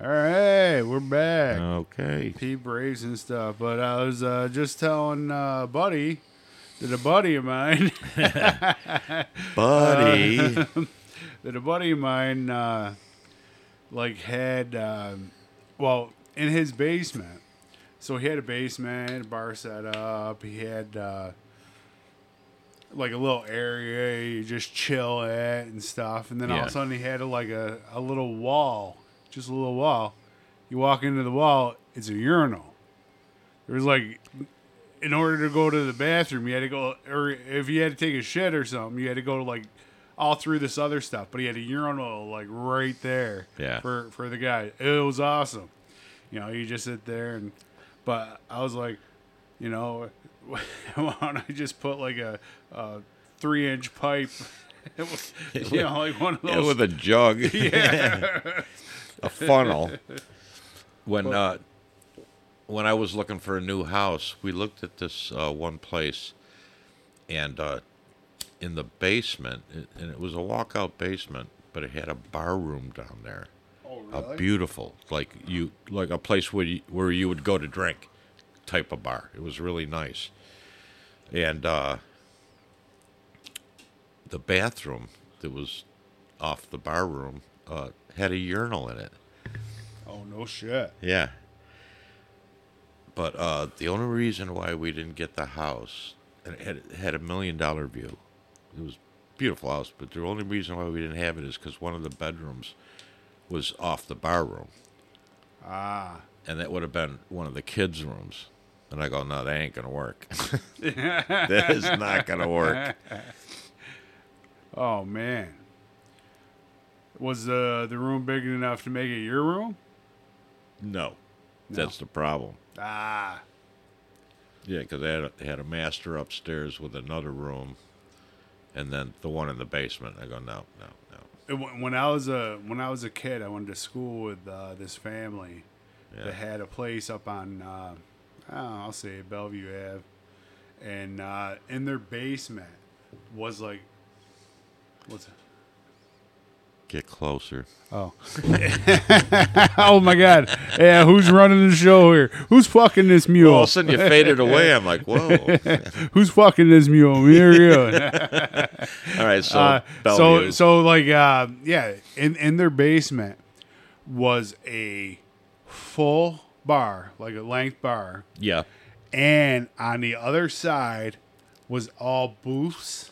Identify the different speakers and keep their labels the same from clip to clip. Speaker 1: All right, we're back.
Speaker 2: Okay.
Speaker 1: pee breaks and stuff. But I was uh, just telling uh, Buddy that a buddy of mine,
Speaker 2: Buddy.
Speaker 1: that a buddy of mine, uh, like had, um well, in his basement. So he had a basement, a bar set up. He had uh, like a little area you just chill at and stuff. And then all of
Speaker 2: Yeah.
Speaker 1: a sudden he had like a, a little wall, just a little wall. You walk into the wall, it's a urinal. There was like, in order to go to the bathroom, you had to go, or if you had to take a shit or something, you had to go like all through this other stuff. But he had a urinal like right there
Speaker 2: Yeah.
Speaker 1: for, for the guy. It was awesome. You know, you just sit there and, but I was like, you know, why don't I just put like a, a three inch pipe? you know, like one of
Speaker 2: Yeah,
Speaker 1: those.
Speaker 2: with a jug. a funnel. When uh, when I was looking for a new house, we looked at this uh, one place, and uh, in the basement, it- and it was a walkout basement, but it had a bar room down there.
Speaker 1: oh,
Speaker 2: A beautiful, like you, like a place where you, where you would go to drink, type of bar. It was really nice, and uh, the bathroom that was off the bar room uh, had a urinal in it.
Speaker 1: oh no shit.
Speaker 2: Yeah. But uh, the only reason why we didn't get the house, and it had, it had a million dollar view. It was a beautiful house, but the only reason why we didn't have it is because one of the bedrooms was off the bar room,
Speaker 1: Ah,
Speaker 2: and that would have been one of the kids' rooms. And I go, no, that ain't gonna work. that is not gonna work.
Speaker 1: oh man. Was uh, the the room big enough to make it your room?
Speaker 2: No, that's the problem.
Speaker 1: Ah,
Speaker 2: Yeah, because they had a, they had a master upstairs with another room, and then the one in the basement. I go, no, no, no.
Speaker 1: It- when when I was a when I was a kid, I went to school with uh, this family
Speaker 2: Yeah.
Speaker 1: that had a place up on uh, I don't know, I'll say Bellevue Ave, and uh, in their basement was like what's it?
Speaker 2: Get closer.
Speaker 1: Oh. oh my God. Yeah, who's running the show here? Who's fucking this mule?
Speaker 2: All of a sudden, you faded away. I'm like, whoa.
Speaker 1: Who's fucking this mule? Me or you?
Speaker 2: All right, so
Speaker 1: Uh, so
Speaker 2: Bellevue.
Speaker 1: so like uh, yeah, in in their basement was a full bar, like a length bar,
Speaker 2: yeah,
Speaker 1: and on the other side was all booths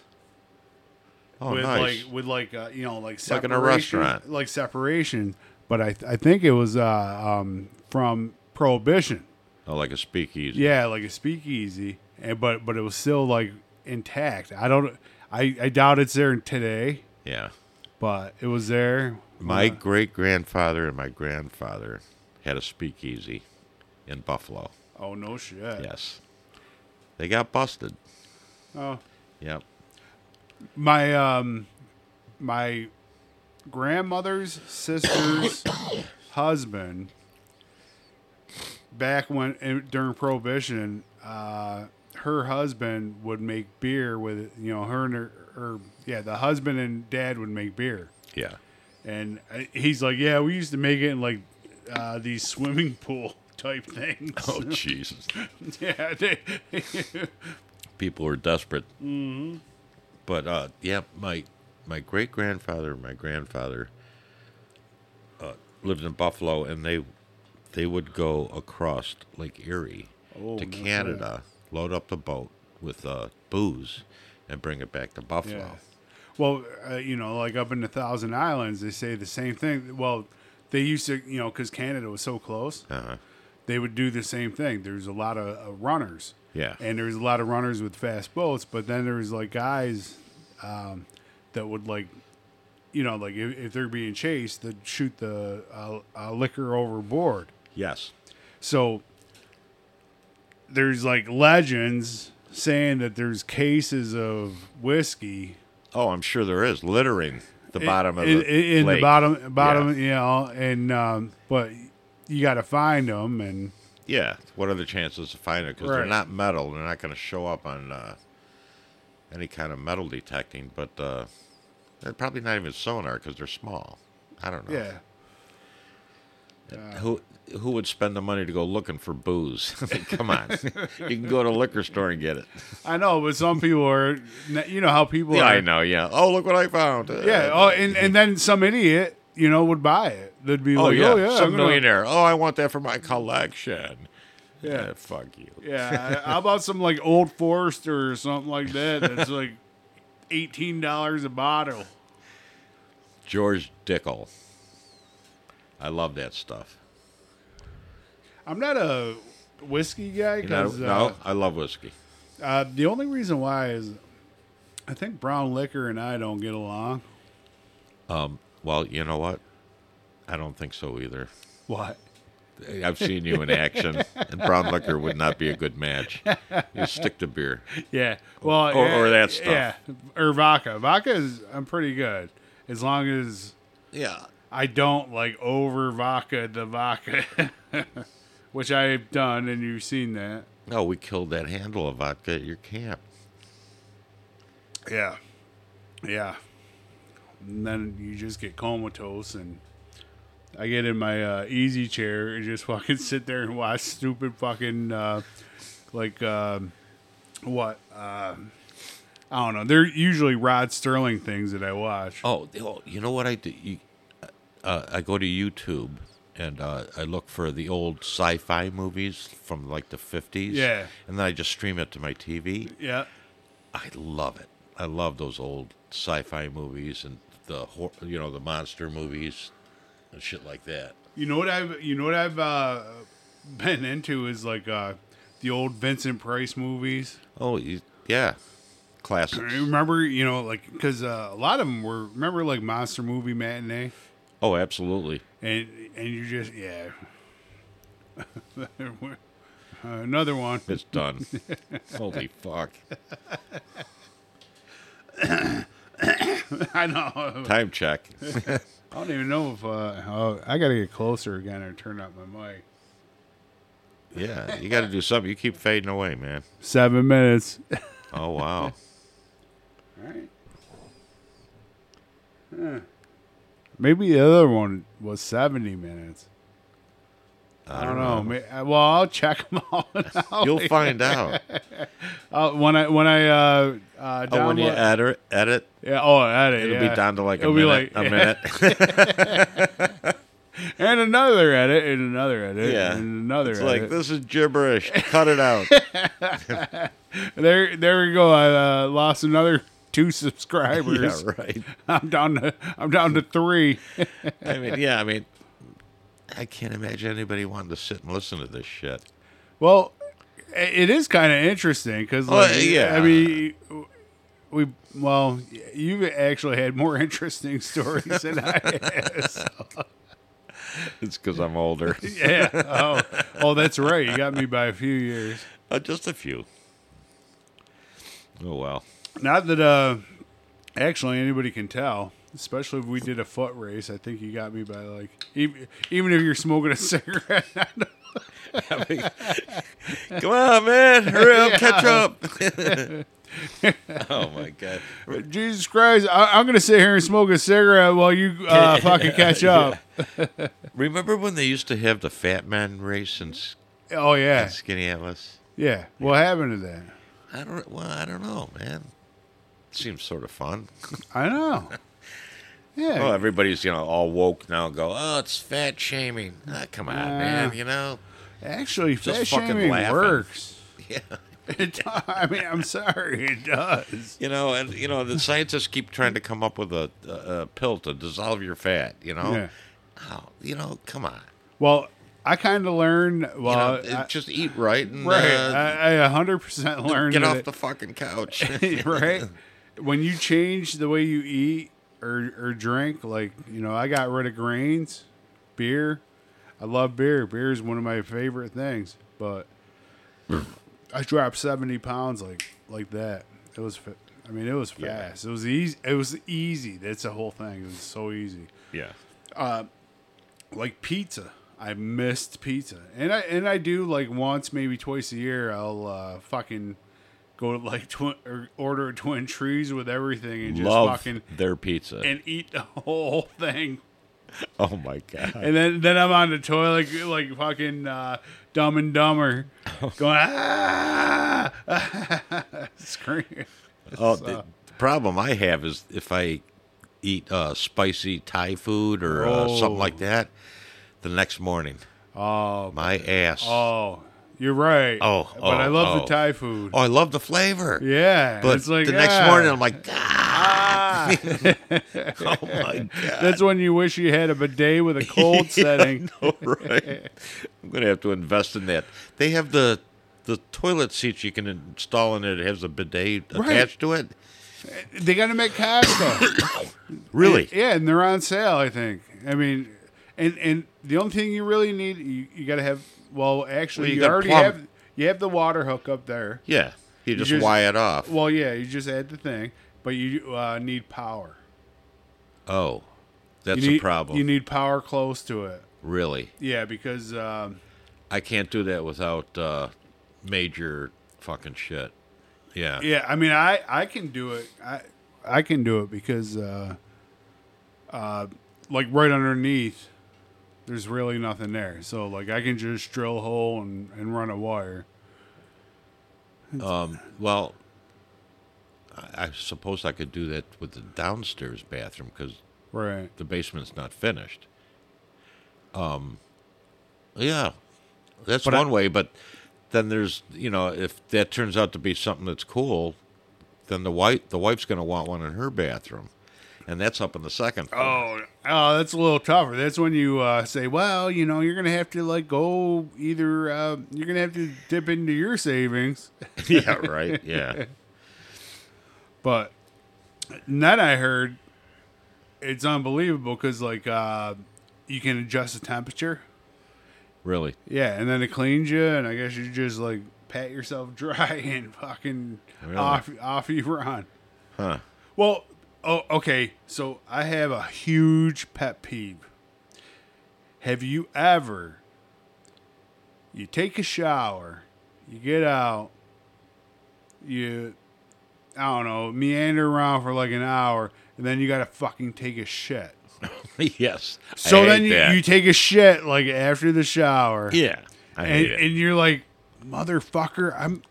Speaker 2: oh
Speaker 1: with
Speaker 2: nice.
Speaker 1: like with like uh, you know like
Speaker 2: Like
Speaker 1: separation,
Speaker 2: in a restaurant.
Speaker 1: like separation. But I I think it was uh, um, from Prohibition.
Speaker 2: oh, like a speakeasy.
Speaker 1: Yeah, like a speakeasy, and but but it was still like intact. I don't. I, I doubt it's there today,
Speaker 2: Yeah.
Speaker 1: but it was there.
Speaker 2: My great grandfather and my grandfather had a speakeasy in Buffalo.
Speaker 1: Oh no shit.
Speaker 2: Yes, they got busted.
Speaker 1: Oh,
Speaker 2: Yep.
Speaker 1: my um, my grandmother's sister's husband back when in- during prohibition, uh, her husband would make beer with you know her and her, her yeah the husband and dad would make beer.
Speaker 2: Yeah.
Speaker 1: And I- he's like, yeah, we used to make it in like uh, these swimming pool type things.
Speaker 2: Oh Jesus.
Speaker 1: yeah, they,
Speaker 2: people were desperate. Mm-hmm. But uh, yeah, my my great grandfather, and my grandfather, uh, lived in Buffalo, and they they would go across Lake Erie
Speaker 1: Oh,
Speaker 2: to
Speaker 1: no
Speaker 2: Canada, load up the boat with uh, booze, and bring it back to Buffalo.
Speaker 1: yeah. Well, uh, you know, like up in the Thousand Islands, they say the same thing. Well, they used to, you know, because Canada was so close,
Speaker 2: Uh-huh.
Speaker 1: they would do the same thing. There's a lot of uh, runners.
Speaker 2: Yeah.
Speaker 1: And there was a lot of runners with fast boats, but then there was like guys um, that would like, you know, like if, if they're being chased, they'd shoot the uh, uh, liquor overboard.
Speaker 2: Yes.
Speaker 1: So there's like legends saying that there's cases of whiskey
Speaker 2: Oh, I'm sure there is littering the bottom of
Speaker 1: in,
Speaker 2: the
Speaker 1: in
Speaker 2: lake.
Speaker 1: the bottom bottom you know and um, but you got to find them and
Speaker 2: Yeah. What are the chances to find it? Because they're
Speaker 1: Right.
Speaker 2: not metal. They're not going to show up on uh, any kind of metal detecting. But uh, they're probably not even sonar because they're small. I don't know.
Speaker 1: yeah
Speaker 2: who who would spend the money to go looking for booze? I mean, Come on, you can go to a liquor store and get it.
Speaker 1: I know, but some people are, you know how people
Speaker 2: Yeah,
Speaker 1: are.
Speaker 2: I know. Yeah. Oh, look what I found. Uh,
Speaker 1: Yeah. Oh, and, and then some idiot, you know, would buy it. They'd be
Speaker 2: Oh,
Speaker 1: like,
Speaker 2: yeah.
Speaker 1: oh, yeah. I'm
Speaker 2: Some
Speaker 1: gonna-
Speaker 2: millionaire. Oh, I want that for my collection. Yeah. fuck you.
Speaker 1: Yeah. How about some like Old Forester or something like that? That's like $18 a bottle.
Speaker 2: George Dickel. I love that stuff.
Speaker 1: I'm not a whiskey guy
Speaker 2: You know,
Speaker 1: because
Speaker 2: no, I love whiskey.
Speaker 1: uh, uh, the only reason why is I think brown liquor and I don't get along.
Speaker 2: Um, well, you know what? I don't think so either.
Speaker 1: What?
Speaker 2: I've seen you in action, and brown liquor would not be a good match. You stick to beer.
Speaker 1: Yeah. Well,
Speaker 2: Or- or
Speaker 1: yeah,
Speaker 2: that stuff.
Speaker 1: Yeah. Or vodka. Vodka is, I'm pretty good as long as
Speaker 2: Yeah.
Speaker 1: I don't like over vodka the vodka, which I've done, and you've seen that.
Speaker 2: No, we killed that handle of vodka at your camp.
Speaker 1: Yeah, yeah. And then you just get comatose, and I get in my uh, easy chair and just fucking sit there and watch stupid fucking uh, like um, what um I don't know. They're usually Rod Sterling things that I watch.
Speaker 2: Oh, oh, you know what I do? You, uh, I go to YouTube and uh, I look for the old sci-fi movies from like the fifties.
Speaker 1: Yeah.
Speaker 2: and then I just stream it to my TV.
Speaker 1: Yeah,
Speaker 2: I love it. I love those old sci-fi movies and the hor- you know the monster movies and shit like that.
Speaker 1: you know what I've you know what I've uh, been into is like uh, the old Vincent Price movies.
Speaker 2: Oh, you, yeah, classics.
Speaker 1: I remember, you know, like because uh, a lot of them were remember like monster movie matinee,
Speaker 2: Oh, absolutely.
Speaker 1: and and you just yeah. uh, Another one.
Speaker 2: It's done. Holy fuck!
Speaker 1: I know.
Speaker 2: Time check.
Speaker 1: I don't even know if uh, oh, I got to get closer again or turn up my mic.
Speaker 2: yeah, you got to do something. You keep fading away, man.
Speaker 1: Seven minutes. All
Speaker 2: Oh wow.
Speaker 1: right. Huh. Maybe the other one was seventy minutes. I don't, know. May I Well, I'll check them all. Out.
Speaker 2: You'll find out.
Speaker 1: Uh, when I when I uh, uh,
Speaker 2: Oh, when you
Speaker 1: download-
Speaker 2: edit, edit,
Speaker 1: Yeah, oh, at it.
Speaker 2: it'll
Speaker 1: yeah.
Speaker 2: be down to like a
Speaker 1: It'll be
Speaker 2: minute.
Speaker 1: like-
Speaker 2: a minute.
Speaker 1: And another edit, and another edit,
Speaker 2: yeah.
Speaker 1: and another
Speaker 2: It's
Speaker 1: edit.
Speaker 2: like this is gibberish. Cut it out.
Speaker 1: There, there we go. I uh, lost another two subscribers.
Speaker 2: yeah, right.
Speaker 1: I'm down to, I'm down to three.
Speaker 2: I mean, yeah. I mean, I can't imagine anybody wanting to sit and listen to this shit.
Speaker 1: Well, i- it is kind of interesting because,
Speaker 2: Well,
Speaker 1: like,
Speaker 2: yeah.
Speaker 1: I mean, we well, you've actually had more interesting stories than I have. so-
Speaker 2: It's because I'm older.
Speaker 1: Yeah. Oh, oh, that's right. You got me by a few years.
Speaker 2: uh, just a few. Oh well.
Speaker 1: Not that uh, actually anybody can tell, especially if we did a foot race. I think you got me by like even, even if you're smoking a cigarette.
Speaker 2: I mean, come on, man, hurry up, catch up. oh my god.
Speaker 1: Jesus Christ, I, I'm gonna sit here and smoke a cigarette while you uh, fucking catch up.
Speaker 2: Remember when they used to have the fat man race in S-
Speaker 1: Oh yeah,
Speaker 2: Skinny Atlas?
Speaker 1: yeah. What happened to that?
Speaker 2: I don't. Well, I don't know, man. Seems sort of fun.
Speaker 1: I know. Yeah,
Speaker 2: Well, everybody's you know all woke now. And go, oh, it's fat shaming. Ah, come on, man. You know,
Speaker 1: actually, fat
Speaker 2: fucking
Speaker 1: shaming
Speaker 2: laughing.
Speaker 1: works.
Speaker 2: yeah.
Speaker 1: It, do- I mean, I'm sorry, it does.
Speaker 2: You know, and you know the scientists keep trying to come up with a, a, a pill to dissolve your fat. You know,
Speaker 1: Yeah.
Speaker 2: oh, you know, come on.
Speaker 1: Well, I kind of learned.
Speaker 2: You know,
Speaker 1: Well,
Speaker 2: it-
Speaker 1: I-
Speaker 2: just eat Uh, right and
Speaker 1: right,
Speaker 2: uh,
Speaker 1: I, I 100% learned
Speaker 2: get
Speaker 1: that
Speaker 2: off the fucking couch.
Speaker 1: right? When you change the way you eat or or drink, like you know, I got rid of grains, beer. I love beer. Beer is one of my favorite things. But I dropped seventy pounds like like that. It was, fa- I mean, it was
Speaker 2: Yeah.
Speaker 1: fast. It was easy. It was easy. That's the whole thing. It was so easy.
Speaker 2: yeah.
Speaker 1: Like pizza, I missed pizza, and I and I do like once maybe twice a year. I'll uh, fucking. Go to like twin or order twin trees with everything and just
Speaker 2: Love
Speaker 1: fucking
Speaker 2: their pizza.
Speaker 1: and eat the whole thing.
Speaker 2: Oh my god.
Speaker 1: And then, then I'm on the toilet like fucking uh, Dumb and Dumber, going ah, screaming.
Speaker 2: Oh,
Speaker 1: uh,
Speaker 2: the the problem I have is if I eat uh, spicy Thai food or uh,
Speaker 1: Oh.
Speaker 2: something like that, the next morning,
Speaker 1: Oh,
Speaker 2: my ass. Oh,
Speaker 1: oh, you're right.
Speaker 2: Oh,
Speaker 1: but I
Speaker 2: oh,
Speaker 1: love
Speaker 2: oh.
Speaker 1: the Thai food.
Speaker 2: I love the flavor.
Speaker 1: yeah,
Speaker 2: But
Speaker 1: it's like
Speaker 2: the next
Speaker 1: ah,
Speaker 2: morning, I'm like, ah.
Speaker 1: ah.
Speaker 2: oh my god.
Speaker 1: That's when you wish you had a bidet with a cold setting.
Speaker 2: All right. I'm gonna have to invest in that. They have the the toilet seats you can install in it. It has a bidet
Speaker 1: Right.
Speaker 2: attached to it.
Speaker 1: They got to make Costco.
Speaker 2: Really?
Speaker 1: Yeah, and they're on sale. I think. I mean, and and the only thing you really need, you, you got to have. Well, actually,
Speaker 2: Well, you
Speaker 1: you,
Speaker 2: got
Speaker 1: already
Speaker 2: plumb-
Speaker 1: have you have the water hook up there.
Speaker 2: yeah. You just,
Speaker 1: just-
Speaker 2: wire it off.
Speaker 1: Well, yeah, you just add the thing, but you uh, need power.
Speaker 2: oh, that's
Speaker 1: You need,
Speaker 2: a problem.
Speaker 1: You need power close to it.
Speaker 2: really?
Speaker 1: Yeah, because um,
Speaker 2: I can't do that without uh, major fucking shit. Yeah.
Speaker 1: yeah, I mean, I I can do it. I I can do it because uh, uh, like right underneath. There's really nothing there, so like I can just drill a hole and, and run a wire.
Speaker 2: Um, well, I, I suppose I could do that with the downstairs bathroom because
Speaker 1: Right.
Speaker 2: the basement's not finished. Um, yeah, that's
Speaker 1: But I-
Speaker 2: one way. But then there's you know if that turns out to be something that's cool, then the wife the wife's going to want one in her bathroom, and that's up in the second. floor.
Speaker 1: Oh, oh, that's a little tougher. That's when you uh, say, "Well, you know, you're gonna have to like go either. Uh, you're gonna have to dip into your savings."
Speaker 2: yeah, right. Yeah,
Speaker 1: But then I heard it's unbelievable because like uh, you can adjust the temperature.
Speaker 2: really.
Speaker 1: Yeah, and then it cleans you, and I guess you just like pat yourself dry and fucking
Speaker 2: Really?
Speaker 1: off off you run.
Speaker 2: Huh.
Speaker 1: Well, oh, okay. So I have a huge pet peeve. Have you ever? You take a shower, you get out, you, I don't know, meander around for like an hour, and then you gotta fucking take a shit.
Speaker 2: yes. I
Speaker 1: So then
Speaker 2: hate
Speaker 1: you,
Speaker 2: that.
Speaker 1: you take a shit like after the shower
Speaker 2: yeah. I
Speaker 1: and,
Speaker 2: hate it.
Speaker 1: and you're like, motherfucker, I'm,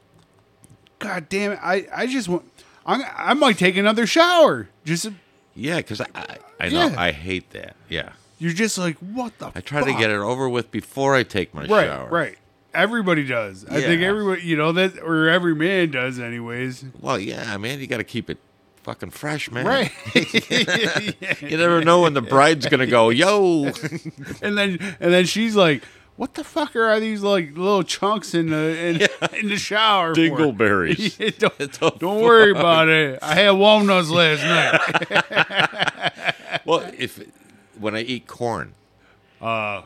Speaker 1: god damn it, I, I just want, I'm, I might take another shower. Just
Speaker 2: yeah, because I, I, I know
Speaker 1: Yeah.
Speaker 2: I hate that. Yeah,
Speaker 1: you're just like, what the?
Speaker 2: I try to get it over with before I take my
Speaker 1: right,
Speaker 2: shower.
Speaker 1: right. Everybody does. I think
Speaker 2: Yeah.
Speaker 1: everybody, you know that, or every man does, anyways.
Speaker 2: Well, yeah, man, you got to keep it fucking fresh, man.
Speaker 1: Right,
Speaker 2: You never know when the bride's gonna go, yo.
Speaker 1: and then and then she's like, "What the fuck are these like little chunks in the in, in the shower?" for?"
Speaker 2: Dingleberries.
Speaker 1: Yeah, don't, don't worry about it. I had walnuts last night.
Speaker 2: well, if when I eat corn, uh,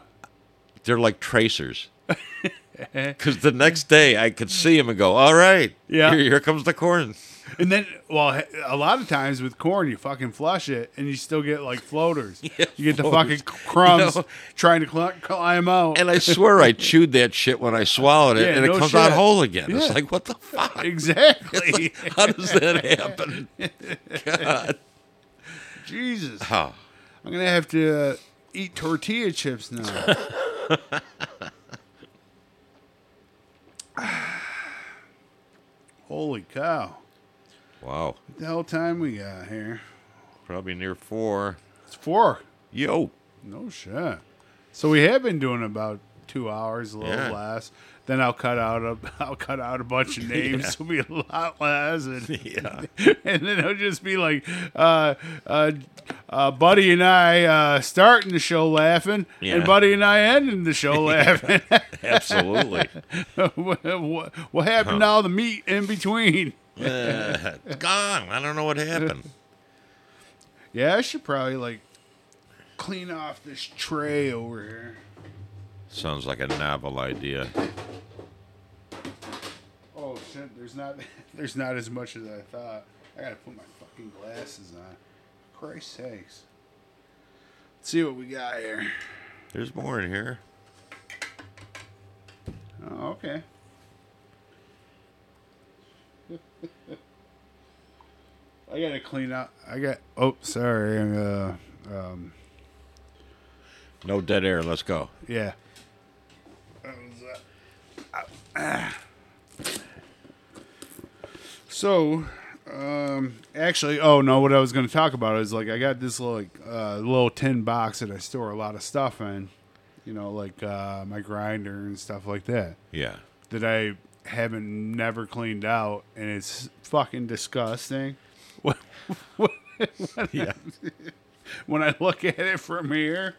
Speaker 2: they're like tracers. Because the next day I could see them and go, all right,
Speaker 1: Yeah.
Speaker 2: here, here comes the corn.
Speaker 1: And then, well, he- a lot of times with corn, you fucking flush it, and you still get like floaters. you get the fucking crumbs
Speaker 2: You know?
Speaker 1: trying to cl- climb out.
Speaker 2: And I swear I chewed that shit when I swallowed it,
Speaker 1: Yeah,
Speaker 2: and it
Speaker 1: no
Speaker 2: comes out
Speaker 1: shit.
Speaker 2: whole again. It's
Speaker 1: Yeah.
Speaker 2: like, what the fuck?
Speaker 1: exactly.
Speaker 2: How does that happen? God.
Speaker 1: Jesus,
Speaker 2: Oh,
Speaker 1: I'm gonna have to uh, eat tortilla chips now. Holy cow!
Speaker 2: wow.
Speaker 1: What the hell time we got here?
Speaker 2: Probably near four.
Speaker 1: It's four.
Speaker 2: Yo.
Speaker 1: No shit. So we have been doing about two hours, a little
Speaker 2: Yeah.
Speaker 1: less. Then I'll cut out a I'll cut out a bunch of names. It'll be a lot less, and,
Speaker 2: Yeah.
Speaker 1: and then it'll just be like, uh, uh, uh, Buddy and I uh, starting the show laughing,
Speaker 2: Yeah.
Speaker 1: and Buddy and I ending the show laughing.
Speaker 2: Absolutely.
Speaker 1: what, what, what happened to all the meat in between?
Speaker 2: Uh, it's gone. I don't know what happened.
Speaker 1: Yeah, I should probably like clean off this tray over here.
Speaker 2: Sounds like a novel idea.
Speaker 1: Oh shit! There's not, there's not as much as I thought. I gotta put my fucking glasses on. Christ sakes! Let's see what we got here.
Speaker 2: There's more in here.
Speaker 1: Oh, okay. I gotta clean out. I got. Oh, sorry. Uh, um,
Speaker 2: No dead air. Let's go.
Speaker 1: Yeah. So, um, actually, oh no, what I was going to talk about is like I got this like uh, little tin box that I store a lot of stuff in, you know, like uh, my grinder and stuff like that
Speaker 2: Yeah.
Speaker 1: that I haven't never cleaned out, and it's fucking disgusting. When,
Speaker 2: Yeah.
Speaker 1: when I look at it from here,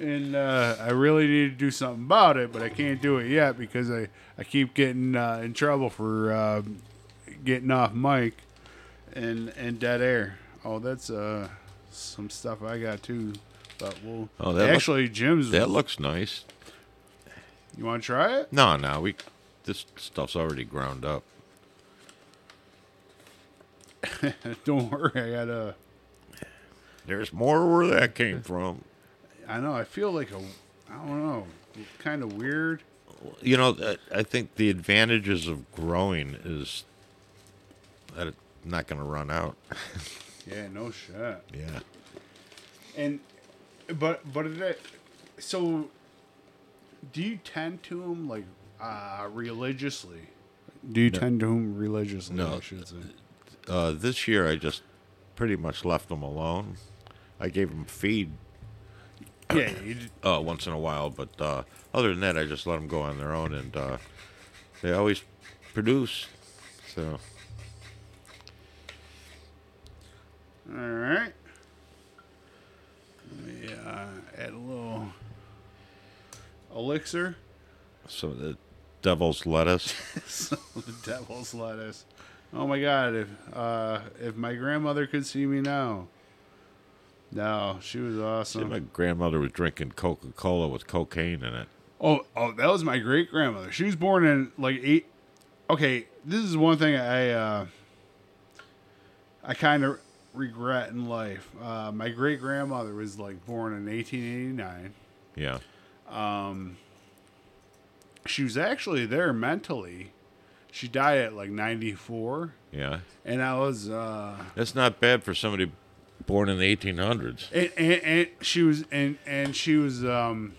Speaker 1: and uh, I really need to do something about it, but I can't do it yet because I I keep getting uh, in trouble for uh, getting off mic and and dead air. Oh, that's uh some stuff I got too. But we'll
Speaker 2: Oh, that look-
Speaker 1: actually Jim's.
Speaker 2: That looks nice.
Speaker 1: you want to try it?
Speaker 2: No, no, we. This stuff's already ground up.
Speaker 1: Don't worry, I got a.
Speaker 2: There's more where that came from.
Speaker 1: I know. I feel like a. I don't know. Kind of weird.
Speaker 2: You know, th- I think the advantages of growing is that it's not going to run out.
Speaker 1: Yeah. No shit.
Speaker 2: Yeah.
Speaker 1: And, but but it, so. Do you tend to them like uh religiously? Do you tend to them religiously?
Speaker 2: No.
Speaker 1: I should say.
Speaker 2: Uh, this year, I just pretty much left them alone. I gave them feed
Speaker 1: Yeah. You, d-
Speaker 2: uh, once in a while, but uh, other than that, I just let them go on their own, and uh, they always produce. So
Speaker 1: all right. Let me uh, add a little elixir.
Speaker 2: So the devil's lettuce.
Speaker 1: so the devil's lettuce. Oh my god! If uh, if my grandmother could see me now, no, she was
Speaker 2: See,
Speaker 1: awesome.
Speaker 2: my grandmother was drinking Coca Cola with cocaine in it.
Speaker 1: oh, oh, that was my great grandmother. She was born in like eight. Okay, this is one thing I uh, I kind of regret in life. Uh, my great grandmother was like born in 1889.
Speaker 2: Yeah.
Speaker 1: She was actually there mentally. She died at like 94,
Speaker 2: Yeah.
Speaker 1: and I was. Uh,
Speaker 2: That's not bad for somebody born in the 1800s.
Speaker 1: and, and, and she was and and she was um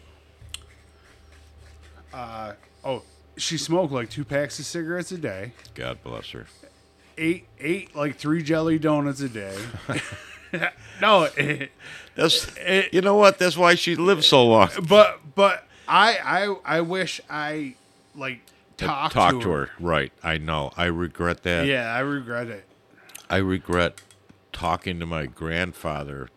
Speaker 1: uh oh she smoked like two packs of cigarettes a day
Speaker 2: God bless her.
Speaker 1: ate ate like three jelly donuts a day no it,
Speaker 2: That's
Speaker 1: it,
Speaker 2: you know what? That's why she lived so long.
Speaker 1: but but i i i wish i like talked
Speaker 2: Talk to her. Right. I know. I regret that.
Speaker 1: yeah i regret it
Speaker 2: I regret talking to my grandfather,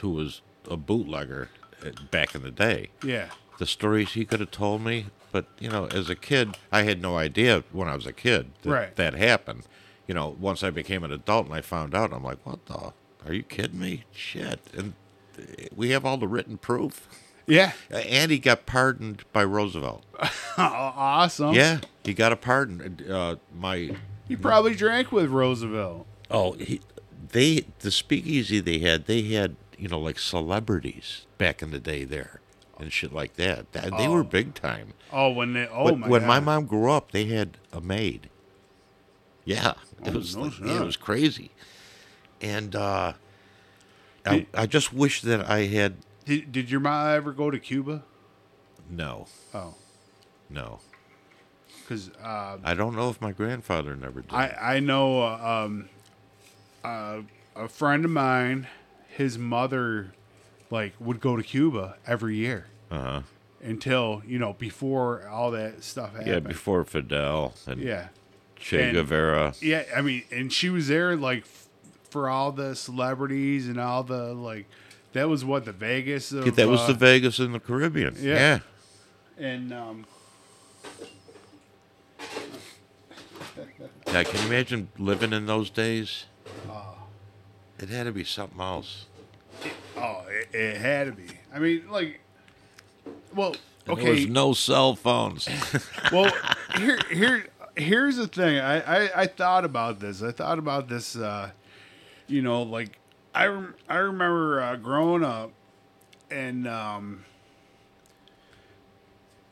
Speaker 2: who was a bootlegger uh, back in the day.
Speaker 1: yeah
Speaker 2: the stories he could have told me. But you know, as a kid, I had no idea when I was a kid that
Speaker 1: Right.
Speaker 2: that happened. You know, once I became an adult and I found out, I'm like, "What the? Are you kidding me? Shit!" And eh, we have all the written proof.
Speaker 1: yeah
Speaker 2: Uh, And he got pardoned by Roosevelt.
Speaker 1: awesome
Speaker 2: Yeah, he got a pardon. And, Uh, my
Speaker 1: you probably drank with roosevelt
Speaker 2: oh, he, they the speakeasy they had, they had you know like celebrities back in the day there and shit like that. That- They were big time.
Speaker 1: oh when they oh
Speaker 2: But
Speaker 1: my
Speaker 2: when
Speaker 1: God.
Speaker 2: my mom grew up, they had a maid. Yeah, it
Speaker 1: Oh,
Speaker 2: was
Speaker 1: no
Speaker 2: like-
Speaker 1: shit.
Speaker 2: it was crazy, and uh, I, I just wish that I had
Speaker 1: did, did your mom ever go to cuba
Speaker 2: no,
Speaker 1: oh
Speaker 2: no.
Speaker 1: because uh,
Speaker 2: I don't know if my grandfather never did.
Speaker 1: I I know uh, um, uh, a friend of mine, his mother, like would go to Cuba every year
Speaker 2: uh huh.
Speaker 1: until you know before all that stuff happened.
Speaker 2: Yeah, before Fidel and
Speaker 1: yeah,
Speaker 2: Che
Speaker 1: And-
Speaker 2: Guevara.
Speaker 1: yeah. I mean, and she was there like f- for all the celebrities and all the like. That was what the Vegas. Of,
Speaker 2: that was
Speaker 1: uh,
Speaker 2: the Vegas in the Caribbean.
Speaker 1: yeah.
Speaker 2: Yeah.
Speaker 1: and um,
Speaker 2: Yeah, can you imagine living in those days?
Speaker 1: Uh.
Speaker 2: it had to be something else.
Speaker 1: oh, it, it had to be. I mean, like, well,
Speaker 2: And
Speaker 1: okay.
Speaker 2: There was no cell phones.
Speaker 1: well, here, here, here's the thing. I, I, I thought about this. I thought about this. Uh, you know, like I, rem- I remember uh, growing up, and um,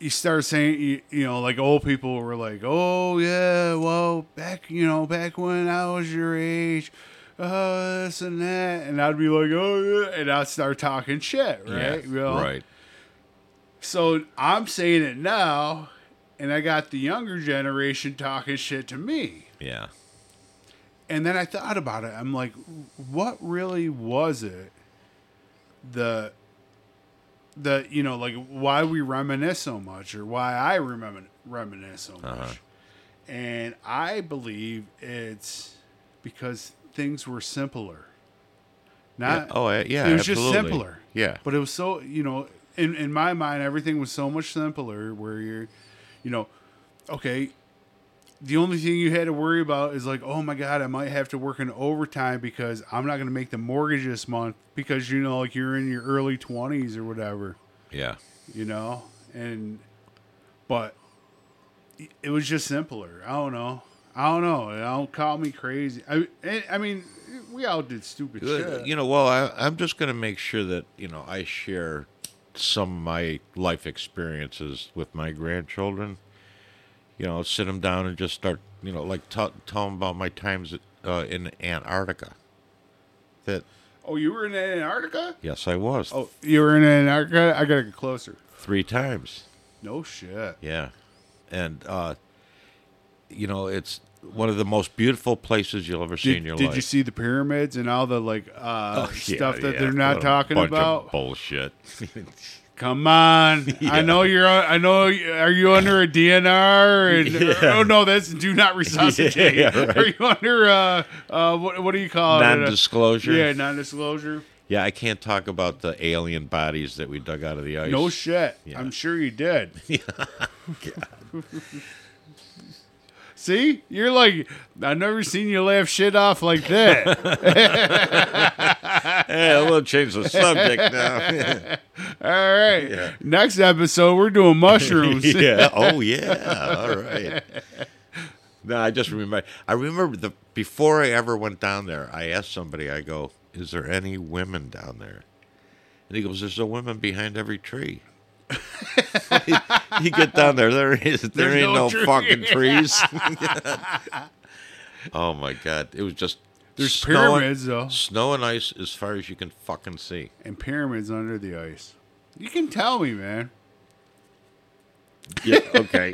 Speaker 1: you start saying, you, you know, like old people were like, oh yeah, well, back, you know, back when I was your age. Uh, this and that, and I'd be like, oh, yeah, and I'd start talking shit, right?
Speaker 2: Yeah,
Speaker 1: You know?
Speaker 2: Right.
Speaker 1: So I'm saying it now, and I got the younger generation talking shit to me.
Speaker 2: Yeah.
Speaker 1: And then I thought about it. I'm like, what really was it? The the you know like why we reminisce so much or why I remember reminisce so much.
Speaker 2: Uh-huh.
Speaker 1: And I believe it's because things were simpler. Not
Speaker 2: Yeah. Oh, uh, yeah.
Speaker 1: it was just
Speaker 2: absolutely.
Speaker 1: simpler.
Speaker 2: Yeah.
Speaker 1: But it was so you know, in in my mind, everything was so much simpler. Where you're, you know, okay. The only thing you had to worry about is like, oh my god, I might have to work in overtime because I'm not going to make the mortgage this month because you know, like you're in your early twenties or whatever,
Speaker 2: Yeah.
Speaker 1: you know, and but it was just simpler. I don't know. I don't know. I don't call me crazy. I, I- I mean, we all did stupid
Speaker 2: Good.
Speaker 1: shit.
Speaker 2: You know, well, I, I'm just going to make sure that, you know, I share some of my life experiences with my grandchildren. You know, sit them down and just start, you know, like t- tell them about my times uh, in Antarctica. That,
Speaker 1: Oh, you were in Antarctica?
Speaker 2: yes, I was
Speaker 1: Oh, you were in Antarctica? I gotta get closer.
Speaker 2: three times.
Speaker 1: No shit.
Speaker 2: Yeah. And, uh, you know, it's one of the most beautiful places you'll ever see
Speaker 1: Did,
Speaker 2: in your
Speaker 1: did
Speaker 2: life.
Speaker 1: you see the pyramids and all the like uh,
Speaker 2: Oh, yeah,
Speaker 1: stuff that
Speaker 2: yeah.
Speaker 1: they're not
Speaker 2: What a
Speaker 1: talking
Speaker 2: bunch of
Speaker 1: about?
Speaker 2: bullshit.
Speaker 1: Come on, I know you're. on- I know. Are you under a DNR? And,
Speaker 2: Yeah.
Speaker 1: Oh no, that's do not resuscitate.
Speaker 2: Yeah, right.
Speaker 1: Are you under uh, uh, what, what do you call it?
Speaker 2: Non-disclosure.
Speaker 1: Yeah, non-disclosure.
Speaker 2: Yeah, I can't talk about the alien bodies that we dug out of the ice.
Speaker 1: No shit.
Speaker 2: Yeah.
Speaker 1: I'm sure you did. See, you're like I've never seen you laugh shit off like that.
Speaker 2: hey, we'll change the subject now.
Speaker 1: All right,
Speaker 2: Yeah.
Speaker 1: next episode we're doing mushrooms.
Speaker 2: yeah. Oh yeah. All right. No, I just remember. I remember the before I ever went down there. I asked somebody. I go, "Is there any women down there?" And he goes, "There's a woman behind every tree." you get down there, there is there
Speaker 1: There's
Speaker 2: ain't
Speaker 1: no
Speaker 2: no,
Speaker 1: tree.
Speaker 2: fucking trees. oh my god, it was just
Speaker 1: There's
Speaker 2: snow and-
Speaker 1: pyramids though,
Speaker 2: Snow and ice as far as you can fucking see.
Speaker 1: and pyramids under the ice. You can tell me, man.
Speaker 2: Yeah, okay.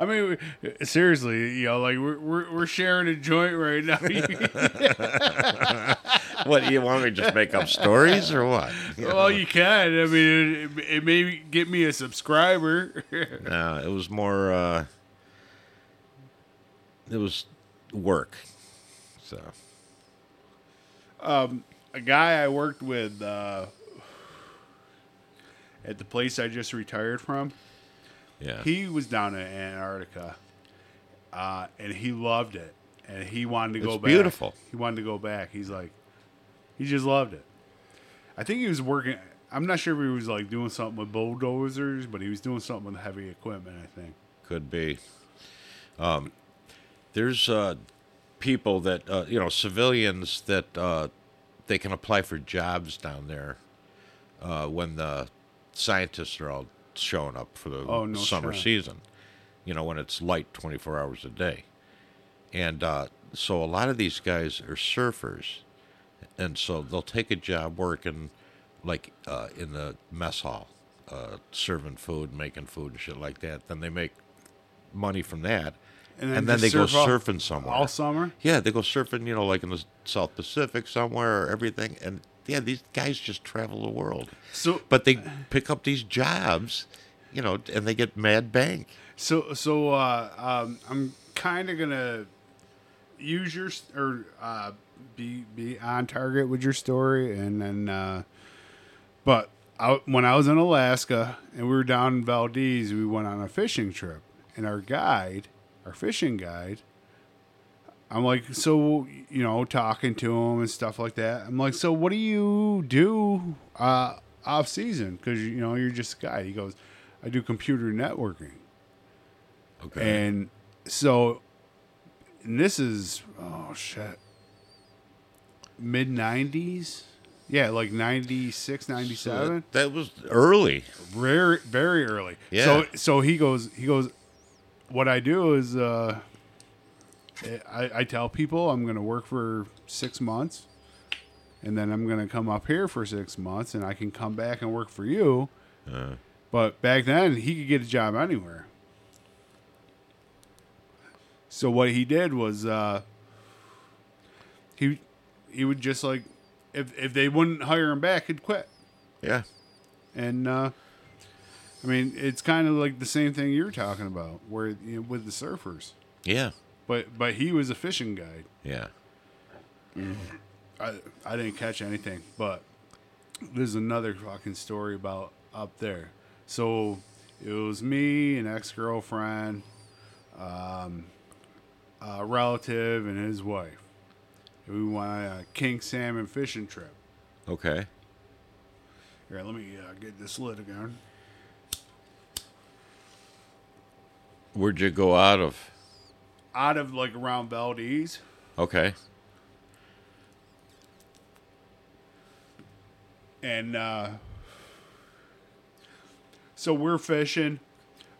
Speaker 1: I mean, we- seriously, you know, like we're we're, we're sharing a joint right now.
Speaker 2: what, you want me to just make up stories or what?
Speaker 1: well, you can. I mean, it, it may get me a subscriber.
Speaker 2: No, it was more, uh, it was work. So,
Speaker 1: a guy I worked with uh, at the place I just retired from.
Speaker 2: yeah.
Speaker 1: He was down in Antarctica, uh, and he loved it, and he wanted to go
Speaker 2: It's
Speaker 1: back.
Speaker 2: beautiful.
Speaker 1: He wanted to go back. He's like, he just loved it. I think he was working. I'm not sure if he was like doing something with bulldozers, but he was doing something with heavy equipment. I think.
Speaker 2: Could be. Um, there's uh, people that uh, you know, civilians that uh, they can apply for jobs down there uh, when the scientists are all showing up for the
Speaker 1: Oh, no
Speaker 2: summer
Speaker 1: shit.
Speaker 2: season. You know, when it's light 24 hours a day, and uh, so a lot of these guys are surfers, and so they'll take a job working like uh, in the mess hall, uh, serving food, making food and shit like that. Then they make money from that,
Speaker 1: And
Speaker 2: and
Speaker 1: then
Speaker 2: then,
Speaker 1: just
Speaker 2: they go
Speaker 1: surf all-
Speaker 2: surfing somewhere.
Speaker 1: All summer.
Speaker 2: yeah, they go surfing, you know, like in the South Pacific somewhere or everything. And yeah, these guys just travel the world,
Speaker 1: So, but
Speaker 2: but they pick up these jobs, you know, and they get mad bank.
Speaker 1: so, so uh, um, I'm kind of gonna use your s- or uh, be be on target with your story, and then. Uh, but I, when I was in Alaska and we were down in Valdez, we went on a fishing trip, and our guide, our fishing guide. I'm like, so you know, talking to him and stuff like that. I'm like, so what do you do uh, off season? Because you know, you're just a guy. He goes, I do computer networking.
Speaker 2: Okay.
Speaker 1: And so, and this is oh shit, mid '90s, yeah, like '96, '97,
Speaker 2: that, that was early.
Speaker 1: very very early.
Speaker 2: Yeah.
Speaker 1: So so he goes he goes, what I do is uh, I, I tell people I'm going to work for six months, and then I'm going to come up here for six months, and I can come back and work for you,
Speaker 2: Uh,
Speaker 1: But back then, he could get a job anywhere. So what he did was uh, he he would just like if if they wouldn't hire him back, he'd quit.
Speaker 2: yeah.
Speaker 1: And uh, I mean, it's kind of like the same thing you're talking about, where you know, with the surfers.
Speaker 2: Yeah.
Speaker 1: But but he was a fishing guide.
Speaker 2: Yeah.
Speaker 1: I I didn't catch anything, but there's another fucking story about up there. So it was me, an ex girlfriend, um, a relative, and his wife. And we went on a king salmon fishing trip.
Speaker 2: Okay.
Speaker 1: Here, let me uh, get this lit again.
Speaker 2: Where'd you go out of?
Speaker 1: Out of like around Valdez,
Speaker 2: Okay.
Speaker 1: and uh, so we're fishing.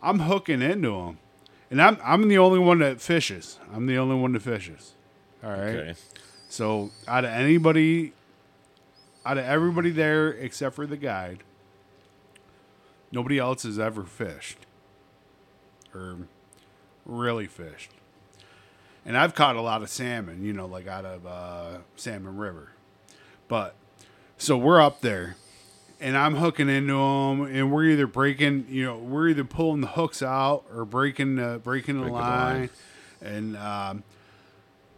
Speaker 1: I'm hooking into them, and I'm I'm the only one that fishes. I'm the only one that fishes. All right.
Speaker 2: Okay.
Speaker 1: So out of anybody, out of everybody there except for the guide, nobody else has ever fished or really fished. And I've caught a lot of salmon, you know, like out of uh, Salmon River. But so we're up there and I'm hooking into them and we're either breaking, you know, we're either pulling the hooks out or breaking the, breaking the,
Speaker 2: Breaking the
Speaker 1: line.
Speaker 2: line.
Speaker 1: And um,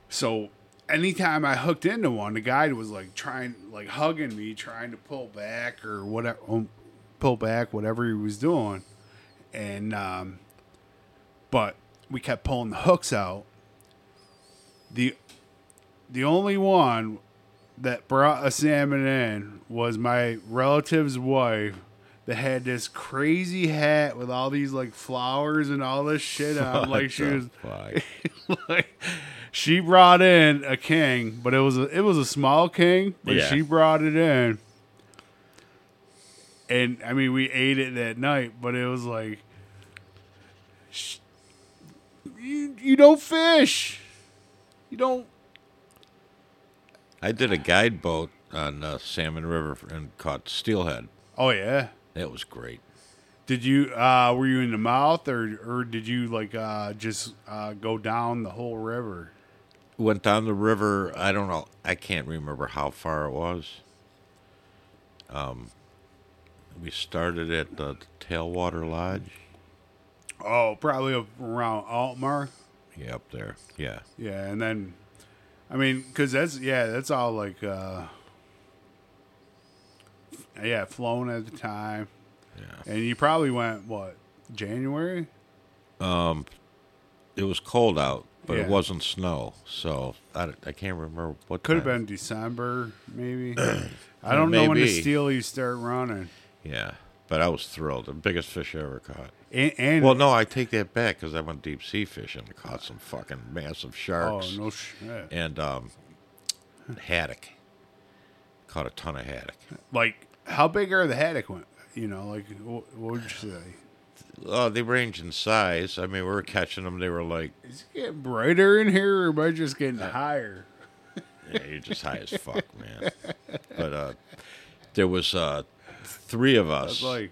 Speaker 1: so anytime I hooked into one, the guy was like trying, like hugging me, trying to pull back or whatever, um, pull back, whatever he was doing. And, um, but we kept pulling the hooks out. The, the only one that brought a salmon in was my relative's wife that had this crazy hat with all these like flowers and all this shit on. like she
Speaker 2: What the
Speaker 1: was
Speaker 2: fuck?
Speaker 1: like she brought in a king, but it was a, it was a small king, but
Speaker 2: Yeah.
Speaker 1: she brought it in. And I mean, we ate it that night, but it was like sh- you you don't fish. You don't
Speaker 2: I did a guide boat on uh, Salmon River and caught steelhead.
Speaker 1: Oh yeah.
Speaker 2: That was great.
Speaker 1: Did you uh were you in the mouth or or did you like uh just uh go down the whole river?
Speaker 2: Went down the river. I don't know. I can't remember how far it was. Um, we started at the Tailwater Lodge.
Speaker 1: Oh, probably around Altmar.
Speaker 2: Yeah, up there. Yeah.
Speaker 1: Yeah, and then, I mean, because that's yeah, that's all like, uh yeah, flown at the time,
Speaker 2: Yeah.
Speaker 1: and you probably went what January?
Speaker 2: It was cold out, but
Speaker 1: Yeah.
Speaker 2: it wasn't snow. So I, I can't remember what
Speaker 1: Could have been
Speaker 2: time.
Speaker 1: December, maybe. I don't know when the
Speaker 2: Maybe.
Speaker 1: steelies start running.
Speaker 2: Yeah. But I was thrilled. The biggest fish I ever caught.
Speaker 1: And, and
Speaker 2: Well, no, I take that back because I went deep sea fishing and caught some fucking massive
Speaker 1: oh
Speaker 2: sharks
Speaker 1: no shit,
Speaker 2: and um, haddock. Caught a ton of haddock.
Speaker 1: like how big are the haddock? Went you know like what, what would you say?
Speaker 2: Oh, they range in size. I mean, we were catching them. They were like,
Speaker 1: Is it getting brighter in here, or am I just getting higher?
Speaker 2: yeah, you're just high as fuck, man. But uh, there was uh, three of us.
Speaker 1: It's like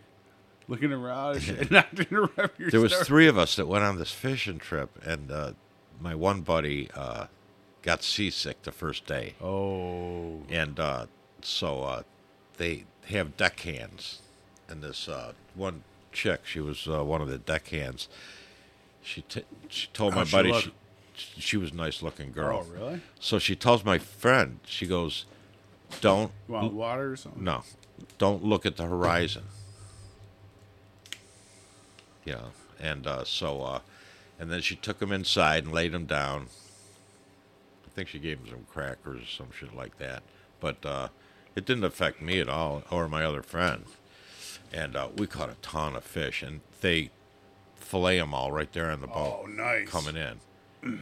Speaker 1: looking around and shit, not to interrupt your
Speaker 2: there was
Speaker 1: story.
Speaker 2: three of us that went on this fishing trip, and uh, my one buddy uh, got seasick the first day.
Speaker 1: Oh,
Speaker 2: and uh, so uh, they have deckhands. And this uh, one chick, she was uh, one of the deckhands. She t- she told
Speaker 1: Oh,
Speaker 2: my
Speaker 1: she
Speaker 2: buddy
Speaker 1: looked-
Speaker 2: she, she was a nice looking girl.
Speaker 1: Oh, really?
Speaker 2: So she tells my friend, she goes, "Don't
Speaker 1: You want water or something?
Speaker 2: no, don't look at the horizon." Yeah, and uh, so uh, and then she took him inside and laid him down. I think she gave him some crackers or some shit like that. But uh, it didn't affect me at all or my other friend. And uh, we caught a ton of fish, and they fillet them all right there on the boat
Speaker 1: Oh, nice.
Speaker 2: coming in.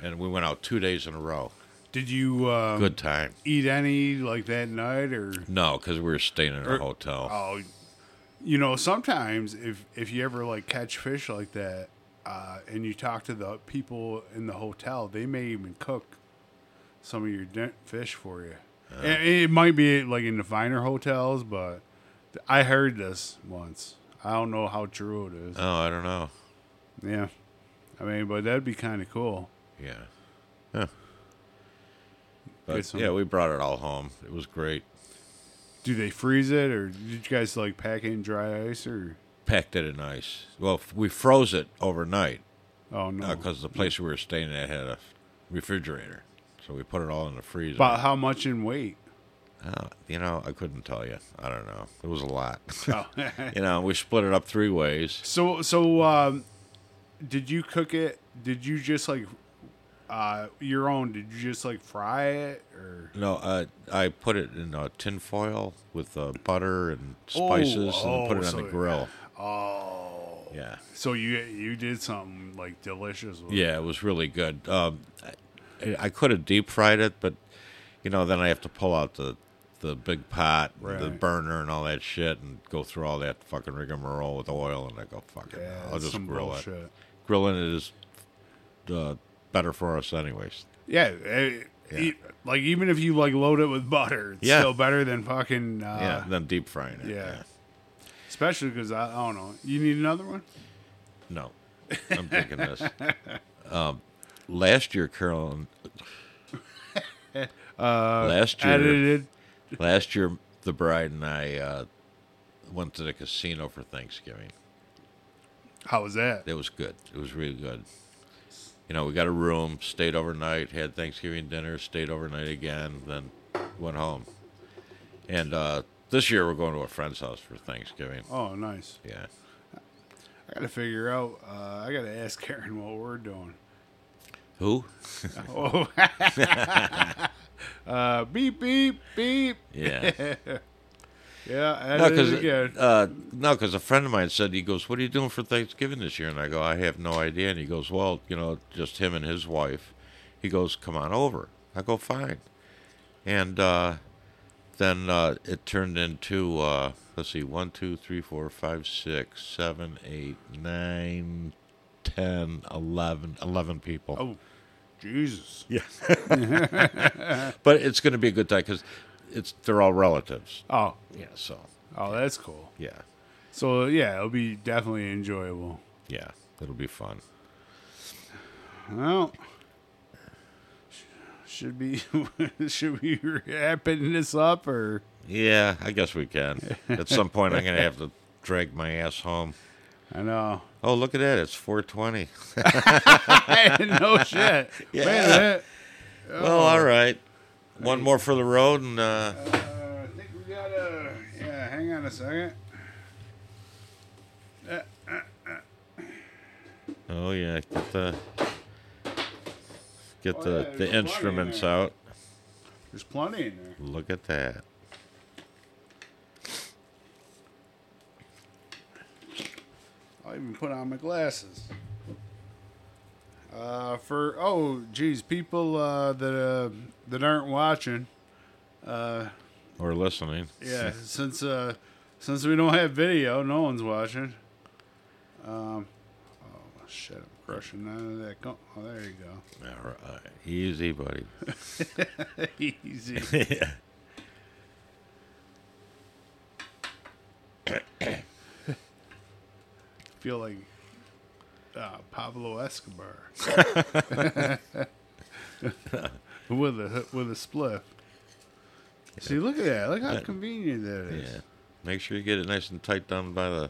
Speaker 2: And we went out two days in a row.
Speaker 1: Did you um,
Speaker 2: Good time.
Speaker 1: eat any like that night or?
Speaker 2: No, because we were staying in a hotel.
Speaker 1: Oh, you know, sometimes if if you ever like catch fish like that, uh, and you talk to the people in the hotel, they may even cook some of your din- fish for you. it, it might be like in the finer hotels, but I heard this once. I don't know how true it is.
Speaker 2: Oh, I don't know.
Speaker 1: yeah. I mean, but that'd be kind of cool.
Speaker 2: Yeah. Huh. But
Speaker 1: some-
Speaker 2: yeah, we brought it all home. It was great.
Speaker 1: Do they freeze it, or did you guys like pack it in dry ice, or
Speaker 2: Packed it in ice. Well, f- we froze it overnight
Speaker 1: oh no?
Speaker 2: because the place we were staying at had a refrigerator, so we put it all in the freezer.
Speaker 1: About how much in weight?
Speaker 2: Oh, you know, I couldn't tell you. I don't know. It was a lot.
Speaker 1: Oh.
Speaker 2: you know, we split it up three ways.
Speaker 1: so so um, did you cook it? Did you just like uh your own? Did you just like fry it, or
Speaker 2: No, uh, I put it in uh, tin foil with uh, butter and spices, and
Speaker 1: oh,
Speaker 2: put it on
Speaker 1: so-
Speaker 2: the grill.
Speaker 1: oh?
Speaker 2: Yeah,
Speaker 1: So you you did something like delicious. With
Speaker 2: yeah, it was really good. Um, I, I could have deep fried it, but you know, then I have to pull out the the big pot, and the
Speaker 1: Right.
Speaker 2: burner, and all that shit, and go through all that fucking rigmarole with oil, and I go, fuck it,
Speaker 1: Yeah,
Speaker 2: I'll
Speaker 1: that's
Speaker 2: just
Speaker 1: some
Speaker 2: grill
Speaker 1: bullshit.
Speaker 2: it. Grilling it is uh, better for us, anyways.
Speaker 1: Yeah, eh,
Speaker 2: Yeah.
Speaker 1: e- like even if you like load it with butter, it's
Speaker 2: Yeah.
Speaker 1: still better than fucking uh,
Speaker 2: yeah, then deep frying it.
Speaker 1: yeah. Especially because I, I don't know. You need another one?
Speaker 2: No, I'm thinking this. Um, last year, Carolyn.
Speaker 1: Uh,
Speaker 2: last year,
Speaker 1: Edited.
Speaker 2: last year, the bride and I uh, went to the casino for Thanksgiving.
Speaker 1: How was that?
Speaker 2: It was good. It was really good. You know, we got a room, stayed overnight, had Thanksgiving dinner, stayed overnight again, then went home. And uh, this year, we're going to a friend's house for Thanksgiving.
Speaker 1: Oh, nice.
Speaker 2: Yeah.
Speaker 1: I gotta figure out. Uh, I gotta ask Karen what we're doing.
Speaker 2: Who?
Speaker 1: Oh, uh, beep beep beep.
Speaker 2: Yeah.
Speaker 1: Yeah,
Speaker 2: No,
Speaker 1: edited again.
Speaker 2: because uh, no, 'cause a friend of mine said he goes, "What are you doing for Thanksgiving this year?" And I go, "I have no idea." And he goes, "Well, you know, just him and his wife." He goes, "Come on over." I go, "Fine," and uh, then uh, it turned into uh, let's see, one, two, three, four, five, six, seven, eight, nine, ten, eleven, eleven people.
Speaker 1: oh, Jesus.
Speaker 2: But it's going to be a good time because it's they're all relatives.
Speaker 1: Oh,
Speaker 2: Yeah. So
Speaker 1: oh, that's cool.
Speaker 2: yeah,
Speaker 1: So yeah, it'll be definitely enjoyable.
Speaker 2: yeah, it'll be fun.
Speaker 1: Well, sh- should be should we wrapping this up or
Speaker 2: Yeah, I guess we can. At some point, I'm going to have to drag my ass home.
Speaker 1: I know.
Speaker 2: Oh, look at that. It's 420.
Speaker 1: no shit. Wait a
Speaker 2: Yeah.
Speaker 1: minute. Oh.
Speaker 2: Well, all right. One more for the road, and uh,
Speaker 1: Uh, I think we got a. Yeah, hang on a second.
Speaker 2: oh yeah, get the get
Speaker 1: Oh,
Speaker 2: the,
Speaker 1: yeah,
Speaker 2: the
Speaker 1: there's a plug in
Speaker 2: instruments
Speaker 1: there.
Speaker 2: out.
Speaker 1: There's plenty in there.
Speaker 2: Look at that.
Speaker 1: I'll even put on my glasses. Uh, for oh geez, people uh, that uh, that aren't watching, uh,
Speaker 2: Or listening.
Speaker 1: yeah, since uh, since we don't have video, no one's watching. Um, oh shit, I'm crushing none of that. Co- oh, there you go.
Speaker 2: All right. Easy, buddy.
Speaker 1: Easy. Feel like uh, Pablo Escobar with a with a spliff. See, look at that! Look how convenient that
Speaker 2: Yeah.
Speaker 1: is.
Speaker 2: Make sure you get it nice and tight down by the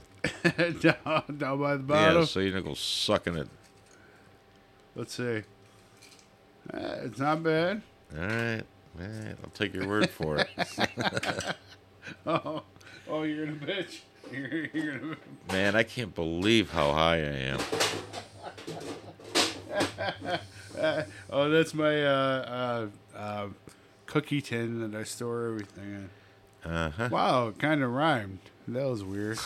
Speaker 1: down, down by the bottom.
Speaker 2: yeah, so you don't go sucking it.
Speaker 1: Let's see. Eh, it's not bad.
Speaker 2: All right. All right. I'll take your word for it.
Speaker 1: Oh, oh, you're gonna bitch. You're, you're gonna.
Speaker 2: Man, I can't believe how high I am.
Speaker 1: Oh, that's my uh, uh, uh, cookie tin that I store everything in.
Speaker 2: Uh huh.
Speaker 1: Wow, it kind of rhymed. That was weird.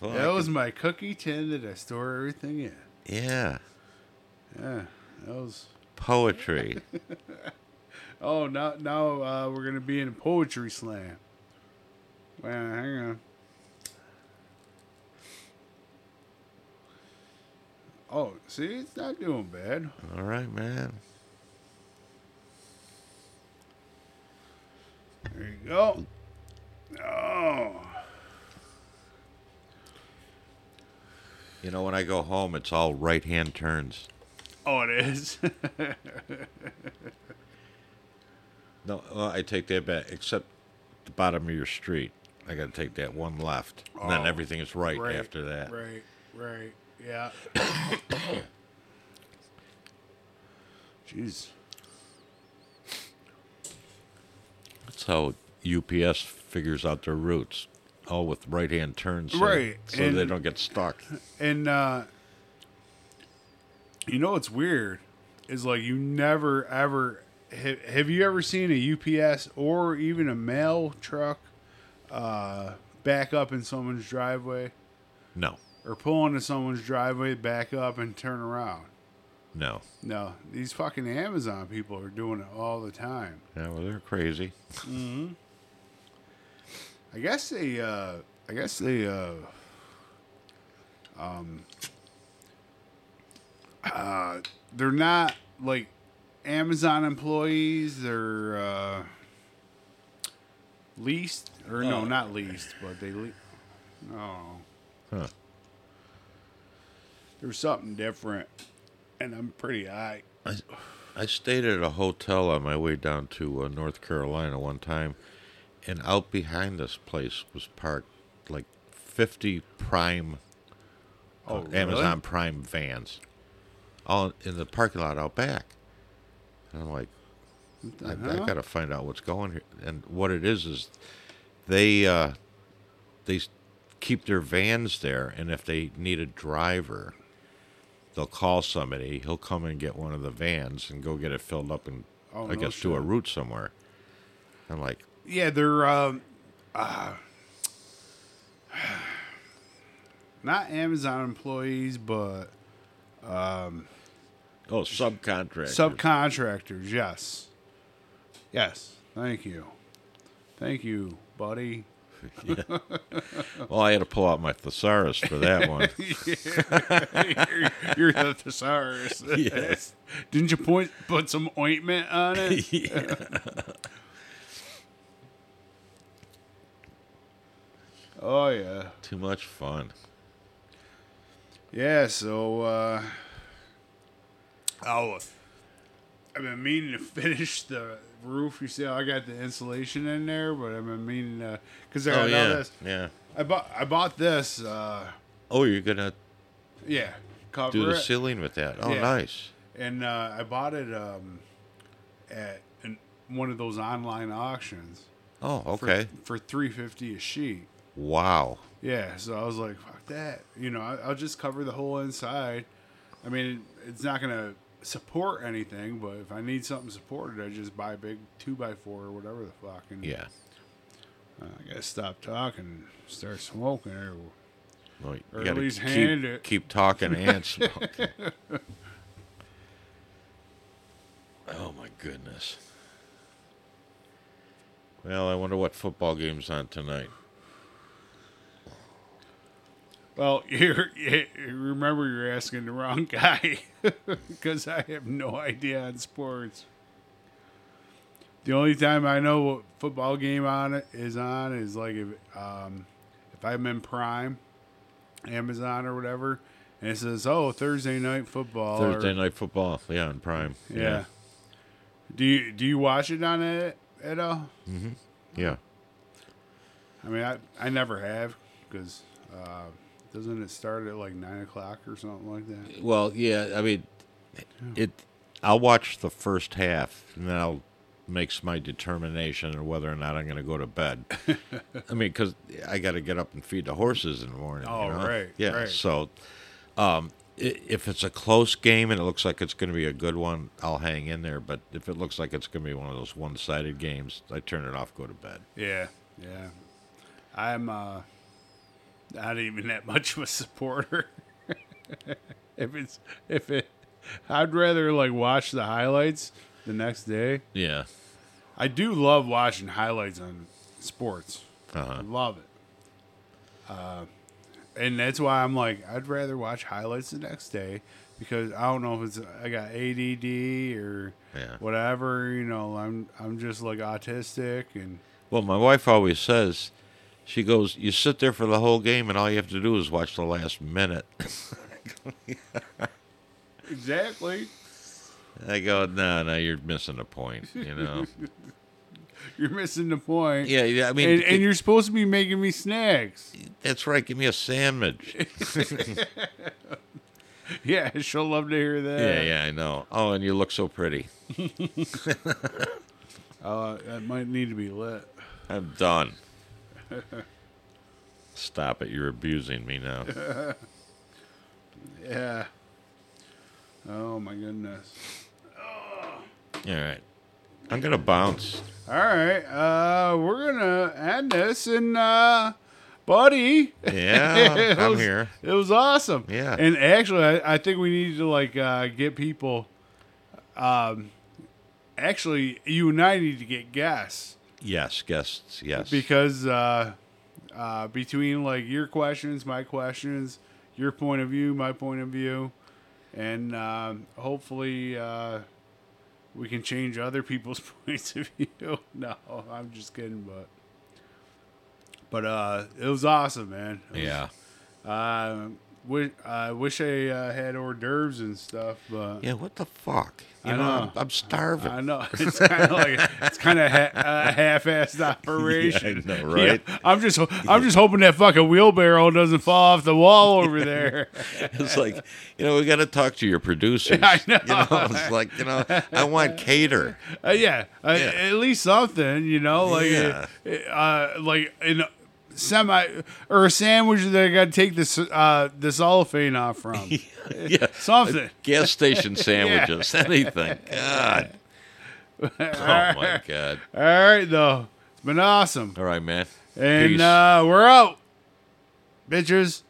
Speaker 2: Well,
Speaker 1: That
Speaker 2: I
Speaker 1: was my cookie tin that I store everything in.
Speaker 2: could- yeah.
Speaker 1: Yeah, that was.
Speaker 2: Poetry.
Speaker 1: Oh, now now uh, we're gonna be in a poetry slam. Well, hang on. Oh, see, it's not doing bad.
Speaker 2: All right, man.
Speaker 1: There you go. Oh,
Speaker 2: You know, when I go home, it's all right hand turns.
Speaker 1: Oh, it is.
Speaker 2: No, well, I take that back, except the bottom of your street. I got to take that one left.
Speaker 1: Oh,
Speaker 2: and then everything is right,
Speaker 1: right
Speaker 2: after that.
Speaker 1: Right, right, yeah. Jeez.
Speaker 2: That's how UPS figures out their routes, all with right hand turns. So,
Speaker 1: Right,
Speaker 2: So they
Speaker 1: and-
Speaker 2: don't get stuck.
Speaker 1: And uh, you know what's weird is like you never ever ha- have you ever seen a UPS or even a mail truck uh, back up in someone's driveway
Speaker 2: No,
Speaker 1: or pull into someone's driveway, back up and turn around.
Speaker 2: no.
Speaker 1: No, these fucking Amazon people are doing it all the time.
Speaker 2: Yeah, well, they're crazy.
Speaker 1: I guess they, uh, I guess they, uh, um, uh, they're not like Amazon employees. They're uh, leased, or no,
Speaker 2: Oh.
Speaker 1: not leased, but they. Le- no,
Speaker 2: Huh.
Speaker 1: there's something different, and I'm pretty high.
Speaker 2: I, I stayed at a hotel on my way down to uh, North Carolina one time, and out behind this place was parked like 50 prime
Speaker 1: Oh,
Speaker 2: uh,
Speaker 1: really?
Speaker 2: Amazon Prime vans, all in the parking lot out back. And I'm like, I, I got to find out what's going here. And what it is is they uh, they s- keep their vans there, and if they need a driver, they'll call somebody. He'll come and get one of the vans and go get it filled up and
Speaker 1: Oh,
Speaker 2: I
Speaker 1: no
Speaker 2: guess do a
Speaker 1: shit.
Speaker 2: route somewhere. I'm like,
Speaker 1: Yeah, they're um, uh, not Amazon employees, but
Speaker 2: oh, subcontract.
Speaker 1: subcontractors. Yes, yes. Thank you, thank you, buddy.
Speaker 2: well, Oh, I had to pull out my thesaurus for that one.
Speaker 1: you're, you're the thesaurus.
Speaker 2: Yes.
Speaker 1: Didn't you point put some ointment on it? Oh yeah,
Speaker 2: Too much fun.
Speaker 1: yeah. So, uh, oh, I've been meaning to finish the roof. You see, how I got the insulation in there, but I've been meaning to because I
Speaker 2: Oh
Speaker 1: got
Speaker 2: yeah,
Speaker 1: all this.
Speaker 2: yeah.
Speaker 1: I bought I bought this. Uh,
Speaker 2: Oh, you're gonna
Speaker 1: yeah, cover
Speaker 2: do the
Speaker 1: it.
Speaker 2: ceiling with that? Oh,
Speaker 1: Yeah.
Speaker 2: nice.
Speaker 1: and uh, I bought it um, at an, one of those online auctions.
Speaker 2: Oh,
Speaker 1: for-
Speaker 2: okay.
Speaker 1: For, three fifty a sheet.
Speaker 2: Wow.
Speaker 1: Yeah, so I was like, fuck that. You know, I, I'll just cover the whole inside. I mean, it's not gonna support anything, but if I need something supported, I just buy a big two by four or whatever the fuck. And
Speaker 2: Yeah.
Speaker 1: uh, I gotta stop talking, and start smoking. Or,
Speaker 2: Well, you
Speaker 1: Or at
Speaker 2: gotta
Speaker 1: least
Speaker 2: keep,
Speaker 1: hand it.
Speaker 2: keep talking and smoking. oh my goodness. Well, I wonder what football game's on tonight.
Speaker 1: well, you're, you remember you're asking the wrong guy because I have no idea on sports. The only time I know what football game on it is on is like if um, if I'm in Prime, Amazon or whatever, and it says, "Oh, Thursday night football." or-
Speaker 2: Thursday night football, yeah, on Prime.
Speaker 1: yeah. Do you do you watch it on it at all?
Speaker 2: yeah.
Speaker 1: I mean, I I never have because uh, doesn't it start at like nine o'clock or something like that?
Speaker 2: Well, yeah. I mean, it. I'll watch the first half, and then I'll makes my determination on whether or not I'm going to go to bed. I mean, because I got to get up and feed the horses in the morning. you
Speaker 1: Oh,
Speaker 2: know?
Speaker 1: right,
Speaker 2: Yeah.
Speaker 1: right.
Speaker 2: So, um, i- if it's a close game and it looks like it's going to be a good one, I'll hang in there. But if it looks like it's going to be one of those one-sided games, I turn it off, go to bed.
Speaker 1: Yeah, yeah. I'm uh, not even that much of a supporter. if it's if it, I'd rather like watch the highlights the next day.
Speaker 2: Yeah.
Speaker 1: I do love watching highlights on sports.
Speaker 2: Uh huh.
Speaker 1: I love it. Uh, and that's why I'm like, I'd rather watch highlights the next day because I don't know if it's I got ADD or
Speaker 2: Yeah.
Speaker 1: whatever. You know, I'm I'm just like autistic and
Speaker 2: Well, my wife always says She goes, You sit there for the whole game, and all you have to do is watch the last minute.
Speaker 1: Exactly.
Speaker 2: I go, No, no, you're missing the point, you know?
Speaker 1: You're missing the point.
Speaker 2: yeah, yeah, I mean,
Speaker 1: And, and you're supposed to be making me snacks.
Speaker 2: that's right. Give me a sandwich.
Speaker 1: Yeah, she'll love to hear that.
Speaker 2: yeah, yeah, I know. Oh, and you look so pretty.
Speaker 1: Uh, that might need to be lit.
Speaker 2: I'm done. Stop it. You're abusing me now.
Speaker 1: Yeah. Oh my goodness.
Speaker 2: All right. I'm going to bounce.
Speaker 1: All right. Uh, we're gonna end this, and uh, buddy,
Speaker 2: Yeah,
Speaker 1: it
Speaker 2: I'm
Speaker 1: was-
Speaker 2: here.
Speaker 1: It was awesome.
Speaker 2: Yeah.
Speaker 1: And actually, I, I think we need to like uh, get people. Um, actually, you and I need to get guests
Speaker 2: Yes, guests, yes.
Speaker 1: because uh, uh, between like your questions, my questions, your point of view, my point of view, and um, hopefully uh, we can change other people's points of view. no, I'm just kidding, but but uh, it was awesome, man. It was-
Speaker 2: yeah.
Speaker 1: uh, wish, I wish I uh, had hors d'oeuvres and stuff, but
Speaker 2: Yeah, what the fuck? You
Speaker 1: I
Speaker 2: know,
Speaker 1: know.
Speaker 2: I'm, I'm starving.
Speaker 1: I know it's kind of like it's kind of ha- a half-assed operation.
Speaker 2: Yeah, I know, right?
Speaker 1: I'm just I'm just hoping that fucking wheelbarrow doesn't fall off the wall over there.
Speaker 2: it's like, you know, we got to talk to your producers.
Speaker 1: I know.
Speaker 2: You know, it's like, you know, I want cater.
Speaker 1: Uh, yeah, uh,
Speaker 2: Yeah.
Speaker 1: at least something, you know, like
Speaker 2: Yeah.
Speaker 1: uh, like in semi or a sandwich that I got to take this uh, the cellophane off from
Speaker 2: yeah.
Speaker 1: something.
Speaker 2: Gas station sandwiches, anything. God. Oh, my God.
Speaker 1: All right, though, it's been awesome.
Speaker 2: All right, man.
Speaker 1: And
Speaker 2: Peace.
Speaker 1: uh, we're out, bitches.